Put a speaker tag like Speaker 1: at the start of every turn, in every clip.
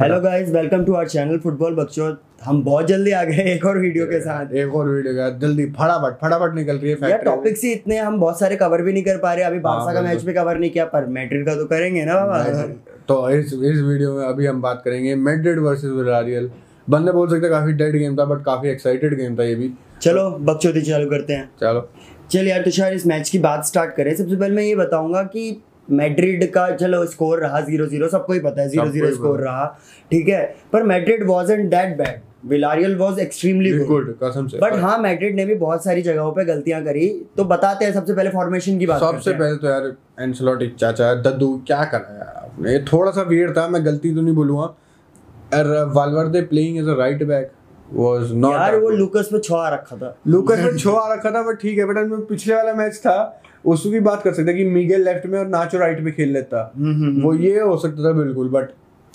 Speaker 1: Hello guys welcome to our channel football बक्चो हम बहुत जल्दी आ गए एक और वीडियो के साथ
Speaker 2: एक और वीडियो का जल्दी फटाफट फटाफट निकल रही है
Speaker 1: यार
Speaker 2: फैक्ट्री
Speaker 1: टॉपिक्स ही इतने हैं, हम बहुत सारे कवर भी नहीं कर पा रहे
Speaker 2: हाँ,
Speaker 1: अभी बारसा का मैच भी कवर नहीं किया पर मैड्रिड का तो करेंगे ना बाबा
Speaker 2: तो इस इस वीडियो में अभी हम बात करेंगे मैड्रिड वर्सेस विलारियल बंदे बोल सकते हैं काफी डेड गेम था बट काफी एक्साइटेड गेम था ये भी
Speaker 1: चलो बकचोदी चालू करते हैं
Speaker 2: चलो
Speaker 1: चल यार तुषार इस मैच की बात स्टार्ट करें सबसे पहले मैं ये बताऊंगा कि मैड्रिड का चलो स्कोर रहा जीरो जीरो सबको ही पता है जीरो
Speaker 2: सबको ही
Speaker 1: जीरो
Speaker 2: पता
Speaker 1: स्कोर रहा ठीक है पर Madrid was and that bad Villarreal was extremely good
Speaker 2: good कसम से
Speaker 1: बट हाँ मैड्रिड ने भी बहुत सारी जगहों पे गलतियां करी तो बताते हैं सबसे पहले फॉर्मेशन की बात करते
Speaker 2: सबसे
Speaker 1: हैं।
Speaker 2: पहले तो यार एंसलोटिक चाचा दद्दू क्या करा यार आपने ये थोड़ा सा वियर्ड था मैं गलती तो नहीं बोलूंगा और Valverde playing as a right back was not
Speaker 1: यार वो लुकस पे छुआ रखा था
Speaker 2: लूकस में छो आ रखा था बट ठीक है बट उनमें पिछले वाला मैच था उसकी बात कर सकते हैं कि मिगेल लेफ्ट में और नाचो राइट में खेल लेता
Speaker 1: हम्म।
Speaker 2: वो ये हो सकता था बिल्कुल बट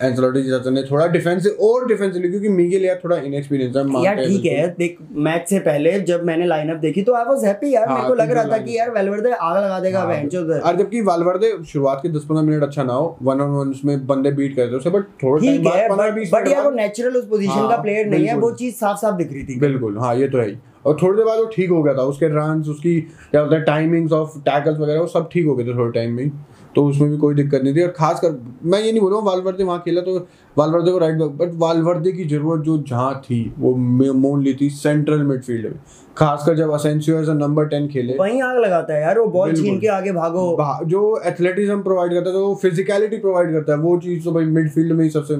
Speaker 2: एंसलोटी चाचा ने थोड़ा डिफेंसिव और डिफेंसिव क्योंकि मिगेल यार थोड़ा इनएक्सपीरियंस है मानते
Speaker 1: यार
Speaker 2: हैं
Speaker 1: ठीक है
Speaker 2: बिल्कुल।
Speaker 1: देख मैच से पहले जब मैंने लाइनअप देखी तो आई वाज हैप्पी यार
Speaker 2: हाँ,
Speaker 1: मेरे को लग
Speaker 2: बिल्कुल
Speaker 1: रहा था
Speaker 2: lineup।
Speaker 1: कि यार वेलवर्दे आग लगा देगा
Speaker 2: हाँ,
Speaker 1: बेंच उधर
Speaker 2: और जबकि वालवर्दे शुरुआत के 10-15 मिनट अच्छा ना हो वन ऑन वन में बंदे बीट करते उसे बट थोड़ा टाइम
Speaker 1: ठीक है
Speaker 2: बाद 15
Speaker 1: बट
Speaker 2: 20
Speaker 1: बट
Speaker 2: मिनट
Speaker 1: यार वो
Speaker 2: बाद
Speaker 1: नेचुरल उस पोजीशन
Speaker 2: हाँ,
Speaker 1: का प्लेयर नहीं है
Speaker 2: बिल्कुल।
Speaker 1: वो चीज साफ साफ दिख रही थी
Speaker 2: बिल्कुल हाँ ये तो है ही और थोड़ी देर बाद वो ठीक हो गया था उसके रन उसकी क्या होता है टाइमिंग्स ऑफ टैकल्स वगैरह वो सब ठीक हो गए थे थोड़े टाइम में ही। तो उसमें भी कोई दिक्कत नहीं थी और खासकर मैं ये नहीं बोल रहा हूँ वालवर्दे वहाँ खेला तो वालवर्दे को राइट बैक बट वालवर्दे की जरूरत जो जहाँ थी वो मोनली थी सेंट्रल मिडफील्ड में खासकर जब असेंसियो एज नंबर टेन खेले
Speaker 1: वहीं आग लगाता है यार वो बॉल
Speaker 2: बिल्कुल।
Speaker 1: छीन के आगे भागो
Speaker 2: बा- जो एथलेटिज्म प्रोवाइड करता है तो वो फिजिकलिटी प्रोवाइड करता है वो चीज़ तो भाई मिडफील्ड में ही सबसे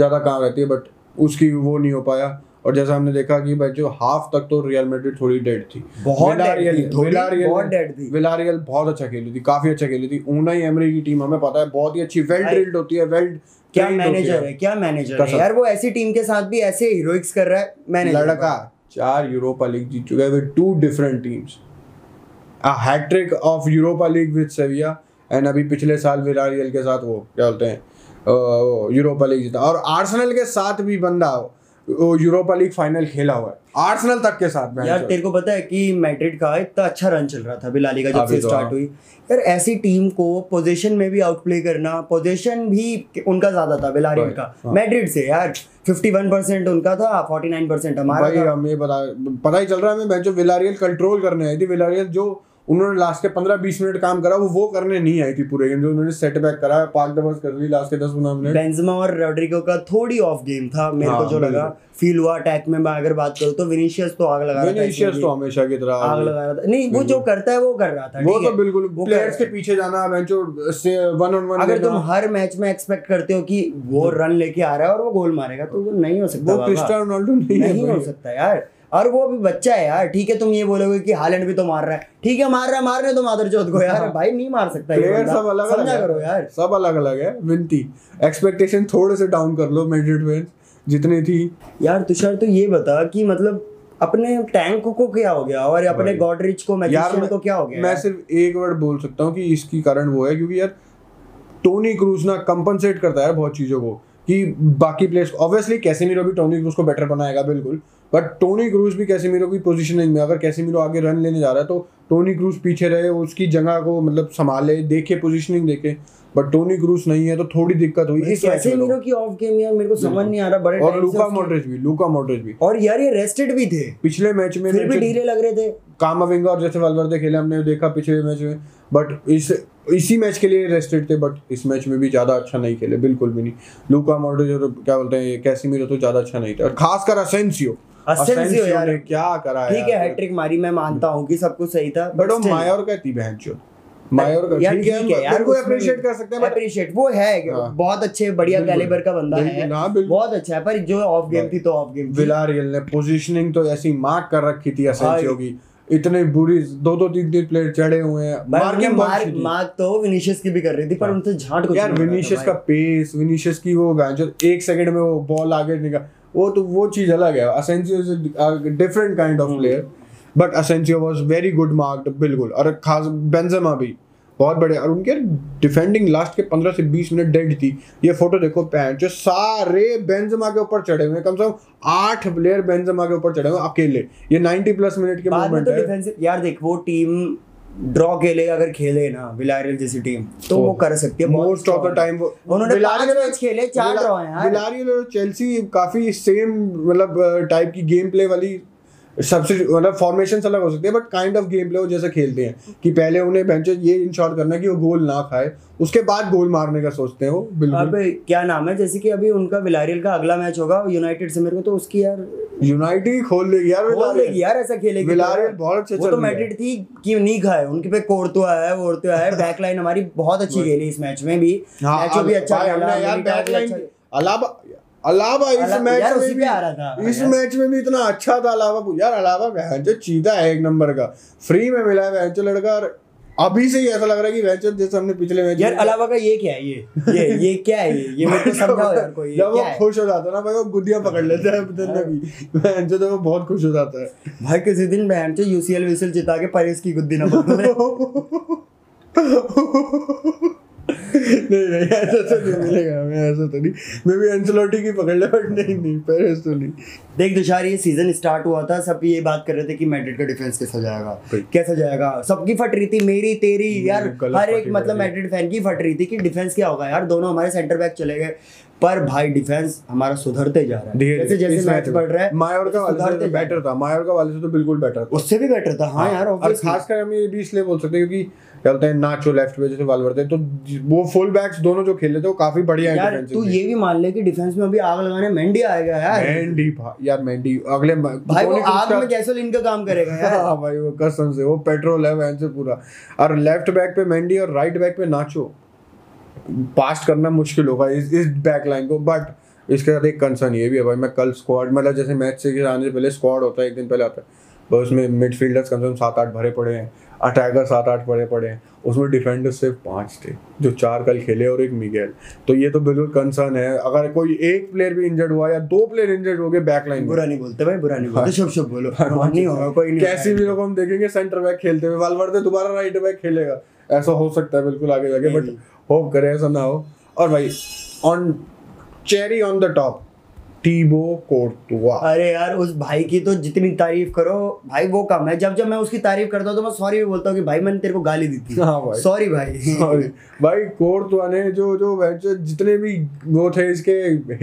Speaker 2: ज़्यादा काम रहती है बट उसकी वो नहीं हो पाया और जैसा हमने देखा कि भाई जो हाफ तक तो रियल मैड्रिड थोड़ी डेड थी
Speaker 1: बहुत dead
Speaker 2: विलारियल-
Speaker 1: थी, धोनी
Speaker 2: विलारियल-
Speaker 1: बहुत dead थी।
Speaker 2: विलारियल बहुत अच्छा खेली थी काफी अच्छा खेली थी ऊना एमरी की टीम हमें पता है बहुत ही अच्छी वेल
Speaker 1: भाई,
Speaker 2: ड्रिल्ड होती है वेल
Speaker 1: क्या मैनेजर है क्या मैनेजर है
Speaker 2: कसम।
Speaker 1: यार वो ऐसी टीम के साथ भी ऐसे हीरोइक्स कर रहा है मैनेजर
Speaker 2: लड़का चार यूरोपा लीग जीत चुका है with two different teams a hattrick of Europa league with Sevilla and अभी पिछले साल विलारियल के साथ वो क्या बोलते हैं यूरोपा लीग जीता और आर्सेनल के साथ भी बंदा यूरोपा लीग फाइनल खेला हुआ है आर्सेनल तक के साथ
Speaker 1: यार
Speaker 2: भयंकर।
Speaker 1: तेरे को पता है कि मैड्रिड का इतना अच्छा रन चल रहा था बिलाली का जब
Speaker 2: अभी
Speaker 1: से
Speaker 2: तो
Speaker 1: स्टार्ट
Speaker 2: हाँ।
Speaker 1: हुई यार ऐसी टीम को पोजीशन में भी आउटप्ले करना पोजीशन भी उनका ज्यादा था बिलारी
Speaker 2: भाई,
Speaker 1: का
Speaker 2: हाँ।
Speaker 1: मैड्रिड से यार 51% उनका था 49% हमारा
Speaker 2: भाई
Speaker 1: था।
Speaker 2: हम ये बता पता ही चल रहा है हमें मैं जो विलारियल कंट्रोल करने आई थी विलारियल जो उन्होंने लास्ट के पंद्रह बीस मिनट काम करा वो वो करने नहीं आई थी पूरे गेम जो उन्होंने सेटबैक करा पाक दबस कर ली लास्ट के दस पंद्रह मिनट
Speaker 1: बेंजमा और रोड्रिगो का थोड़ी ऑफ गेम था मेरे को
Speaker 2: हाँ,
Speaker 1: जो लगा फील हुआ अटैक में मैं अगर बात करूँ तो विनीशियस तो आग लगा रहा था
Speaker 2: विनिशियस
Speaker 1: इसमें
Speaker 2: तो
Speaker 1: भी।
Speaker 2: हमेशा की तरह
Speaker 1: आग लगा रहा था नहीं वो जो करता है वो कर रहा था
Speaker 2: वो
Speaker 1: ठीक
Speaker 2: तो
Speaker 1: है?
Speaker 2: बिल्कुल
Speaker 1: वो
Speaker 2: प्लेयर्स के
Speaker 1: कर-
Speaker 2: पीछे जाना बेंचो से वन ऑन वन
Speaker 1: अगर तुम हर मैच में एक्सपेक्ट करते हो कि वो रन लेके आ रहा है और वो गोल मारेगा तो वो नहीं हो सकता
Speaker 2: वो
Speaker 1: बाबा।
Speaker 2: क्रिस्टियानो रोनाल्डो नहीं है
Speaker 1: नहीं हो
Speaker 2: भाई।
Speaker 1: सकता यार और वो भी बच्चा है यार ठीक है तुम ये बोलोगे कि हालैंड भी तो मार रहा है ठीक है मार रहा है मारने तो माधर जोत को यार भाई नहीं मार सकता ये
Speaker 2: प्लेयर
Speaker 1: बंदा।
Speaker 2: हाँ। सब अलग अलग
Speaker 1: समझा
Speaker 2: है।
Speaker 1: करो यार
Speaker 2: सब अलग अलग है विनती एक्सपेक्टेशन थोड़े से डाउन कर लो मैड्रिड फैंस जितनी थी
Speaker 1: यार तुषार तो ये बता कि मतलब अपने टैंक को क्या हो गया और अपने
Speaker 2: भाई।
Speaker 1: गॉडरिच को
Speaker 2: यार
Speaker 1: मैजिशियन
Speaker 2: मैं-
Speaker 1: को तो क्या हो गया
Speaker 2: मैं
Speaker 1: यार?
Speaker 2: सिर्फ एक वर्ड बोल सकता हूँ कि इसकी कारण वो है क्योंकि यार टोनी क्रूज ना कंपनसेट करता है यार बहुत चीज़ों को कि बाकी प्लेयर्स ऑब्वियसली कैसेमिरो भी टोनी क्रूज को बेटर बनाएगा बिल्कुल बट टोनी क्रूज भी कैसेमिरो की पोजीशनिंग में अगर कैसेमिरो आगे रन लेने जा रहा है तो टोनी क्रूज पीछे रहे उसकी जगह को मतलब संभाले देखे पोजीशनिंग देखे बट टोनी क्रूज नहीं है तो थोड़ी दिक्कत हुई इस मैच
Speaker 1: कैसे
Speaker 2: में
Speaker 1: मीरो की ऑफ गेम यार मेरे को समझ नहीं आ रहा बड़े
Speaker 2: तो। और
Speaker 1: time से
Speaker 2: लूका
Speaker 1: उसकी-
Speaker 2: मॉड्रिच भी लूका मॉड्रिच भी
Speaker 1: और यार ये रेस्टेड भी थे
Speaker 2: पिछले मैच में
Speaker 1: फिर भी
Speaker 2: मैच-
Speaker 1: ढीले लग रहे थे
Speaker 2: कामाविंगा और जैसे वालवर्दे खेले हमने देखा पिछले मैच में बट इस इसी मैच के लिए रेस्टेड थे बट इस मैच में भी ज़्यादा अच्छा नहीं खेले बिल्कुल भी नहीं लूका मॉड्रिच और क्या बोलते हैं कैसीमीरो तो ज़्यादा अच्छा नहीं था और खासकर असेंसियो
Speaker 1: Asensio यार।
Speaker 2: ने क्या करा
Speaker 1: ठीक है हैट्रिक मारी मैं मानता हूँ कि सब कुछ सही था
Speaker 2: बट वो
Speaker 1: still-
Speaker 2: मायोर का थी बहन चो मायोर का
Speaker 1: यार
Speaker 2: ठीक है यार कोई अप्रिशिएट कर सकते हैं बट
Speaker 1: अप्रिशिएट वो है
Speaker 2: हाँ।
Speaker 1: बहुत अच्छे बढ़िया
Speaker 2: बिल्कुल।
Speaker 1: कैलिबर का बंदा है
Speaker 2: बिल्कुल, हाँ, बिल्कुल।
Speaker 1: बहुत अच्छा है पर जो ऑफ गेम थी तो ऑफ गेम थी
Speaker 2: विलारियल ने पोजीशनिंग तो ऐसी मार्क कर रखी थी असेंसियो
Speaker 1: भाई।
Speaker 2: की इतने बुरी दो दो तीन तीन प्लेयर चढ़े हुए हैं
Speaker 1: भाई उन्होंने
Speaker 2: मार्किंग बहुत
Speaker 1: मार
Speaker 2: अच्छी थी। हाँ।
Speaker 1: मार तो विनीशियस की भी कर रही थी पर उनसे झांट कुछ
Speaker 2: यार
Speaker 1: नहीं हो रहा था
Speaker 2: विनीशियस
Speaker 1: भाई।
Speaker 2: का पेस विनीशियस की वो गांजर एक सेकंड में वो बॉल आगे निकल वो तो वो चीज अलग है Asensio is different kind
Speaker 1: Hmm.
Speaker 2: Of player but Asensio was very good marked बिल्कुल और खास बेंजेमा भी बहुत बड़े और उनके डिफेंडिंग लास्ट के 15 से 20 मिनट डेड थी ये फोटो देखो पैन जो सारे बेंजेमा के ऊपर चढ़े हुए हैं कम से कम आठ प्लेयर बेंजेमा के ऊपर चढ़े हुए हैं अकेले ये 90 प्लस मिनट के
Speaker 1: बाद में
Speaker 2: मोमेंट
Speaker 1: तो
Speaker 2: है
Speaker 1: डिफेंसिव यार देख वो टीम ड्रॉ खेलेगा अगर खेले ना विलारियल जैसी टीम तो
Speaker 2: Oh.
Speaker 1: वो कर सकती है बहुत
Speaker 2: मोस्ट ऑफ द
Speaker 1: strong है।
Speaker 2: टाइम वो
Speaker 1: उन्होंने
Speaker 2: विलारियल
Speaker 1: पांच
Speaker 2: और-
Speaker 1: मैच खेले, चार
Speaker 2: विला-
Speaker 1: draw हैं यार।
Speaker 2: विलारियल और चेल्सी काफी सेम मतलब टाइप की गेम प्ले वाली सबसे मतलब फॉर्मेशन अलग हो सकती है but kind of game play वो जैसे खेलते हैं कि पहले उन्हें बेंच ये इंश्योर करना है कि वो गोल ना खाए उसके बाद गोल मारने का सोचते हैं वो
Speaker 1: अब
Speaker 2: बिल्कुल
Speaker 1: क्या नाम है जैसे कि अभी उनका विलारियल का अगला मैच होगा यूनाइटेड से मेरे को तो उसकी यार
Speaker 2: यूनाइटेड ही खोल देगी यार
Speaker 1: बोल देगी
Speaker 2: विलारियल
Speaker 1: यार ऐसा खेलेगी तो।
Speaker 2: विलारियल बहुत अच्छा
Speaker 1: वो
Speaker 2: चल
Speaker 1: तो
Speaker 2: रही है।
Speaker 1: मैड्रिड थी कि नहीं खाए उनके पे कोर्तुआ है वोर्तुआ है बैकलाइन हमारी बहुत अच्छी खेली इस मैच में भी मैचों भी अच्छा
Speaker 2: हाँ, भाई,
Speaker 1: खेला अमेरिका भी
Speaker 2: हमने यार बैकलाइन
Speaker 1: अच्छा-
Speaker 2: अलावा अलावा इस
Speaker 1: अला-
Speaker 2: मैच
Speaker 1: यार
Speaker 2: में
Speaker 1: उसी
Speaker 2: भी
Speaker 1: पे आ रहा था
Speaker 2: इस
Speaker 1: यार।
Speaker 2: मैच में भी इतना अच्छा था अलावा को। यार अलावा बहन जो चीता है एक नंबर का फ्री में मिला है बहनचो लड़का और अभी से ही ऐसा लग रहा है कि बहनचो जैसे हमने पिछले मैच
Speaker 1: यार
Speaker 2: में-
Speaker 1: अलावा का ये क्या है ये ये ये क्या है ये ये मेरे को समझाओ यार कोई ये
Speaker 2: जब वो
Speaker 1: क्या है
Speaker 2: खुश हो जाता है ना भाई वो गुदिया पकड़ लेता है उधर भी बहनचो तो वो बहुत खुश हो जाता है
Speaker 1: भाई किसी दिन बहन से यूसीएल विसल जिता के परेश की गुद्दी ना बना ले।
Speaker 2: नहीं नहीं ऐसा तो नहीं मिलेगा हमें ऐसा तो नहीं मैं भी एंसलोटी की पकड़ ले बट नहीं नहीं पेरिस तो नहीं
Speaker 1: देख तुषार ये सीजन स्टार्ट हुआ था सब ये बात कर रहे थे कि मैड्रिड का डिफेंस कैसा जाएगा
Speaker 2: भाई।
Speaker 1: कैसा जाएगा सबकी फट रही थी मेरी तेरी यार
Speaker 2: गलत
Speaker 1: हर एक
Speaker 2: फटी
Speaker 1: मतलब
Speaker 2: पड़ी।
Speaker 1: मैड्रिड फैन की फट रही थी कि डिफेंस क्या होगा यार दोनों हमारे सेंटर बैक चले गए पर भाई डिफेंस हमारा सुधरते जा रहा है जैसे जैसे मैच बढ़ रहा है
Speaker 2: मायोरका वाले
Speaker 1: सुधरते
Speaker 2: से
Speaker 1: जा रहा
Speaker 2: बेटर था मायोरका वाले से तो बिल्कुल बेटर
Speaker 1: है। उससे भी बेटर था हाँ यार
Speaker 2: और
Speaker 1: obviously।
Speaker 2: खासकर हम ये भी इसलिए बोल सकते हैं क्योंकि क्या बोलते हैं नाचो लेफ्ट पे जैसे वालवर थे तो वो फुल बैक्स दोनों जो खेले थे वो काफी बढ़िया हैं
Speaker 1: यार
Speaker 2: defensive
Speaker 1: तू
Speaker 2: में।
Speaker 1: ये भी मान ले कि डिफेंस में अभी आग लगाने मेंडी आएगा यार
Speaker 2: मेंडी भा- यार मेंडी अगले म-
Speaker 1: भाई वो
Speaker 2: धोनी को
Speaker 1: आग
Speaker 2: उसका-
Speaker 1: में गैसोलीन का काम करेगा यार
Speaker 2: हाँ भाई वो कसम से वो पेट्रोल है वैन से पूरा और लेफ्ट बैक पे मेंडी और राइट बैक पे नाचो पास्ट करना मुश्किल होगा इस इस बैक लाइन को बट इसके साथ एक कंसर्न ये भी है भाई मैं कल स्क्वाड मतलब जैसे मैच से आने से पहले स्क्वाड होता है एक दिन पहले आता है बस उसमें मिडफील्डर्स कम से कम सात आठ भरे पड़े हैं अटैकर सात आठ भरे पड़े हैं उसमें डिफेंडर्स सिर्फ पाँच थे जो चार कल खेले और एक मिगेल तो ये तो बिल्कुल कंसर्न है अगर कोई एक प्लेयर भी इंजर्ड हुआ या दो प्लेयर इंजर्ड हो गए बैक लाइन में
Speaker 1: बुरा नहीं बोलते भाई बुरा नहीं
Speaker 2: हाँ।
Speaker 1: बोलते शुभ शुभ बोलो नहीं होगा कोई नहीं
Speaker 2: कैसी भी लोग हम देखेंगे सेंटर बैक खेलते हुए वालवर्डे दोबारा राइट बैक खेलेगा ऐसा हो सकता है बिल्कुल आगे जाके बट
Speaker 1: Maybe.
Speaker 2: होप करें ऐसा ना हो और भाई on cherry on the top Thibaut Courtois
Speaker 1: अरे यार उस भाई की तो जितनी तारीफ करो भाई वो कम है जब जब मैं उसकी तारीफ करता हूँ तो मैं सॉरी भी बोलता हूँ कि भाई मैंने तेरे को गाली दी थी
Speaker 2: हाँ भाई।
Speaker 1: सॉरी भाई
Speaker 2: Sorry. भाई कोर्तुआ ने जो जो वैसे जितने भी वो थे इसके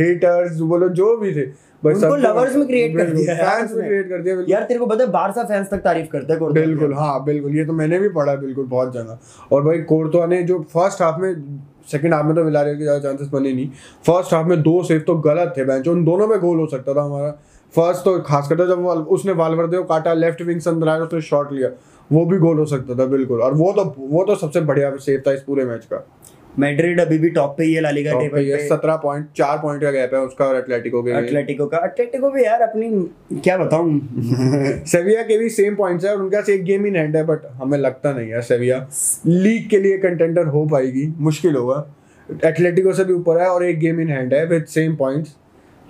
Speaker 2: हेटर्स बोलो जो भी थे भाई
Speaker 1: उनको lovers में create कर दिया है
Speaker 2: फैंस में
Speaker 1: उसने।
Speaker 2: क्रिएट कर दिया बिल्कुल।
Speaker 1: यार तेरे को पता है बारसा फैंस तक तारीफ करते हैं कोर्टुआ की।
Speaker 2: बिल्कुल हाँ बिल्कुल ये तो मैंने भी पढ़ा है बिल्कुल बहुत जगह और भाई कोर्तवा ने जो फर्स्ट हाफ में सेकंड हाफ में तो विलारियल के ज़्यादा चांसेस बने नहीं फर्स्ट हाफ में दो सेव तो गलत थे बेंच उन दोनों में गोल हो सकता था हमारा फर्स्ट तो खास करता जब वाल- उसने वालवर्दे को काटा लेफ्ट विंग से अंदर आया उसने शॉट लिया वो भी गोल हो सकता था बिल्कुल और वो तो वो तो सबसे बढ़िया सेव था इस पूरे मैच का
Speaker 1: मैड्रिड अभी भी टॉप पे ही है लालिगा टेबल पे
Speaker 2: सत्रह पॉइंट चार पॉइंट का गैप है उसका और एटलेटिको के लिए।
Speaker 1: एटलेटिको का एटलेटिको भी यार अपनी क्या बताऊं
Speaker 2: सेविया के भी सेम पॉइंट्स है और उनका से एक गेम इन हैंड है बट हमें लगता नहीं है सेविया लीग के लिए कंटेंडर हो पाएगी मुश्किल होगा एटलेटिको से भी ऊपर है और एक गेम इन हैंड है विद सेम पॉइंट्स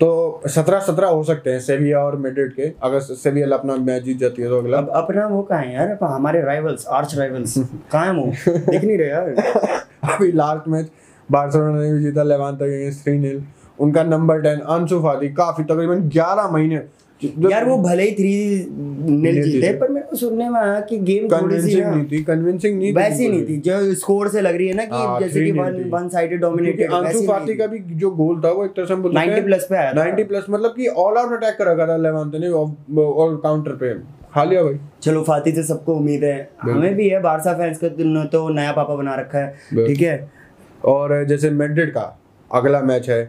Speaker 2: तो सत्रह सत्रह हो सकते हैं सेविया और मेड्रिड के अगर सेविया अपना मैच जीत जाती है तो अगला
Speaker 1: अब अपना वो कहाँ है यार अब हमारे राइवल्स आर्च राइवल्स कहाँ है वो दिख नहीं रहे यार
Speaker 2: अभी लास्ट मैच बार्सिलोना ने भी जीता लेवांता के अगेंस्ट थ्री उनका नंबर टेन अंशु फादी काफी तकरीबन ग्यारह महीने
Speaker 1: यार वो भले ही थ्री नील
Speaker 2: नील
Speaker 1: जीते
Speaker 2: जीते।
Speaker 1: पर मेरे को सुनने में आया कि गेम थोड़ी सी
Speaker 2: कन्विंसिंग
Speaker 1: ना
Speaker 2: नहीं थी कन्विंसिंग नहीं थी
Speaker 1: वैसी
Speaker 2: बिल्कुल
Speaker 1: नहीं
Speaker 2: भी।
Speaker 1: थी जो स्कोर से लग रही है ना
Speaker 2: हाँ,
Speaker 1: कि जैसे
Speaker 2: three
Speaker 1: कि
Speaker 2: नहीं
Speaker 1: वन
Speaker 2: थी।
Speaker 1: वन साइडेड
Speaker 2: क्योंकि
Speaker 1: डोमिनेटेड
Speaker 2: आंसू फाती का भी जो गोल था वो एक तरह से हम बोल
Speaker 1: 90 प्लस पे आया था।
Speaker 2: 90 प्लस मतलब कि ऑल आउट अटैक कर रखा था लेवांते ने और और काउंटर पे खा लिया भाई
Speaker 1: चलो फाती से सबको उम्मीद है हमें भी है बारसा फैंस का तो- तो नया पापा बना रखा है
Speaker 2: बिल्कुल।
Speaker 1: ठीक है
Speaker 2: और जैसे मैड्रिड का अगला मैच है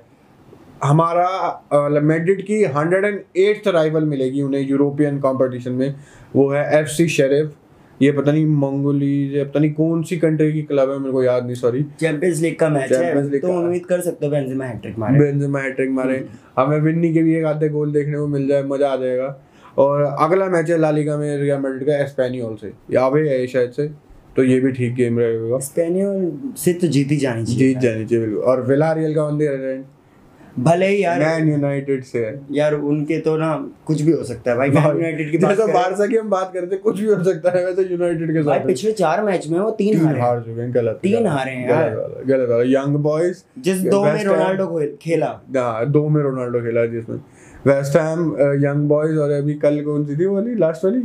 Speaker 2: हमारा अ, मैड्रिड की हंड्रेड एंड एट्थ राइवल मिलेगी उन्हें यूरोपियन कंपटीशन में वो है एफ सी शेरिफ ये पता नहीं मंगोली ये पता नहीं कौन सी कंट्री की क्लब है मेरे को याद नहीं सॉरी
Speaker 1: चैंपियंस लीग का मैच
Speaker 2: Champions
Speaker 1: है
Speaker 2: League
Speaker 1: तो
Speaker 2: का।
Speaker 1: उम्मीद कर सकते हो बेंजेमा हैट्रिक मारे हम्म।
Speaker 2: बेंजेमा हैट्रिक मारे हमें विन्नी के भी एक आधे गोल देखने को मिल जाए मजा आ जाएगा और अगला मैच है लालिका में रियल मैड्रिड का एस्पेनियोल से या अवे है शायद से तो ये भी ठीक गेम रहेगा
Speaker 1: स्पेनियल से तो जीती जानी चाहिए
Speaker 2: जीत जानी चाहिए बिल्कुल और विलारियल का ऑन द अदर एंड
Speaker 1: भले ही यार
Speaker 2: मैन यूनाइटेड से है
Speaker 1: यार उनके तो ना कुछ भी हो सकता है भाई मैन यूनाइटेड की बात
Speaker 2: जैसा
Speaker 1: करें
Speaker 2: बारसा की हम बात करते हैं, कुछ भी हो सकता है वैसे यूनाइटेड के
Speaker 1: भाई
Speaker 2: साथ है।
Speaker 1: पिछले चार मैच में वो तीन
Speaker 2: तीन
Speaker 1: हारे हैं।
Speaker 2: हार चुके हैं गलत
Speaker 1: तीन
Speaker 2: गलत-
Speaker 1: हारे हैं यार।
Speaker 2: गलत वाला- गलत वाला यंग बॉयज
Speaker 1: जिस दो में
Speaker 2: West Ham-
Speaker 1: रोनाल्डो खेल- खेला
Speaker 2: हाँ, दो में रोनाल्डो uh, खेला जिसमें वेस्ट हैम यंग बॉयज और अभी कल कौन सी थी वाली लास्ट वाली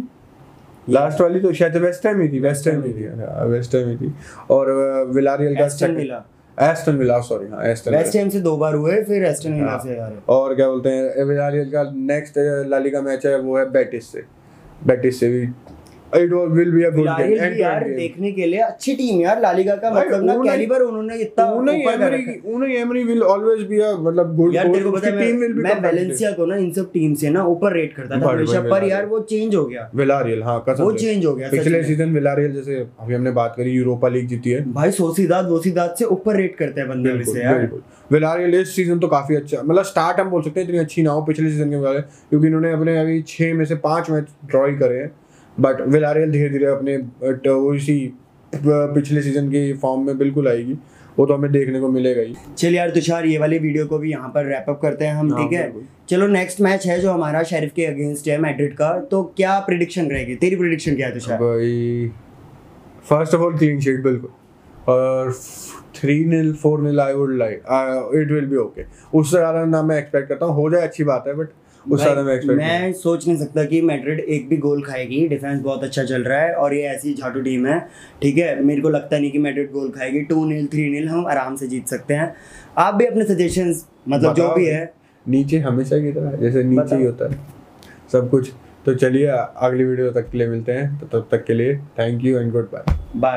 Speaker 2: लास्ट वाली तो शायद वेस्ट टाइम ही थी वेस्ट टाइम ही थी वेस्ट टाइम ही थी और विलारियल का
Speaker 1: Aston Villa
Speaker 2: Aston Villa sorry हाँ एस्टन
Speaker 1: वेस्ट टाइम से दो बार हुए फिर एस्टन विला
Speaker 2: हाँ।
Speaker 1: से यार
Speaker 2: और क्या बोलते हैं विलारियल का uh, नेक्स्ट लाली का मैच है वो है बेटिस से बेटिस से भी it will be a good
Speaker 1: Villarreal भी यार देखने के लिए अच्छी टीम यार लालिगा का
Speaker 2: भाई,
Speaker 1: मतलब ना
Speaker 2: उन्होंने-
Speaker 1: कैलिबर उन्होंने इतना
Speaker 2: उन्हें
Speaker 1: ऊपर कर रखा है।
Speaker 2: एमरी उन्हें Emery will always be a मतलब गुड
Speaker 1: यार तेरे को पता है
Speaker 2: टीम
Speaker 1: मैं,
Speaker 2: विल बी
Speaker 1: मैं वैलेंसिया को ना इन सब टीम से ना ऊपर रेट करता था
Speaker 2: बड़े-
Speaker 1: हमेशा
Speaker 2: बड़े
Speaker 1: पर
Speaker 2: विलारियल।
Speaker 1: यार वो चेंज हो गया
Speaker 2: विलारियल हाँ कसम
Speaker 1: वो
Speaker 2: से।
Speaker 1: चेंज हो गया सच
Speaker 2: पिछले
Speaker 1: में।
Speaker 2: सीजन विलारियल जैसे अभी हमने बात करी यूरोपा लीग जीती है
Speaker 1: भाई सोसीदात वोसीदात से ऊपर रेट करते हैं बंदे
Speaker 2: बिल्कुल
Speaker 1: से यार
Speaker 2: बिल्कुल विलारियल इस सीजन तो काफी अच्छा मतलब स्टार्ट हम बोल सकते हैं इतनी अच्छी ना हो पिछले सीजन के मुकाबले क्योंकि इन्होंने अपने अभी छः में से पाँच मैच ड्रॉ ही करे हैं बट विलारियल धीरे धीरे अपने but वो इसी पिछले सीजन की फॉर्म में बिल्कुल आएगी वो तो हमें देखने को मिलेगा ही
Speaker 1: चल यार तुषार ये वाले वीडियो को भी यहाँ पर रैप अप करते हैं हम
Speaker 2: हाँ,
Speaker 1: ठीक है
Speaker 2: बिल्कुल।
Speaker 1: चलो नेक्स्ट मैच है जो हमारा शेरिफ के अगेंस्ट है मैड्रिड का तो क्या प्रिडिक्शन रहेगी तेरी प्रिडिक्शन क्या है तुषार
Speaker 2: भाई first of all clean sheet बिल्कुल और three nil four nil I would like it will be okay उससे ज़्यादा ना मैं एक्सपेक्ट करता हूँ हो जाए अच्छी बात है बट उससे ज़्यादा मैं
Speaker 1: भाई,
Speaker 2: एक्सपेक्ट
Speaker 1: मैं सोच नहीं सकता कि मैड्रिड एक भी गोल खाएगी डिफेंस बहुत अच्छा चल रहा है और ये ऐसी झाटू टीम है ठीक है मेरे को लगता नहीं कि मैड्रिड गोल खाएगी टू नील थ्री नील हम आराम से जीत सकते हैं आप भी अपने सजेशंस मतलब जो
Speaker 2: बताओ।
Speaker 1: भी है
Speaker 2: नीचे हमेशा की तरह जैसे नीचे
Speaker 1: बताओ।
Speaker 2: ही होता है सब कुछ तो चलिए अगली वीडियो तक के लिए मिलते हैं तो तब तक के लिए thank you and good bye
Speaker 1: bye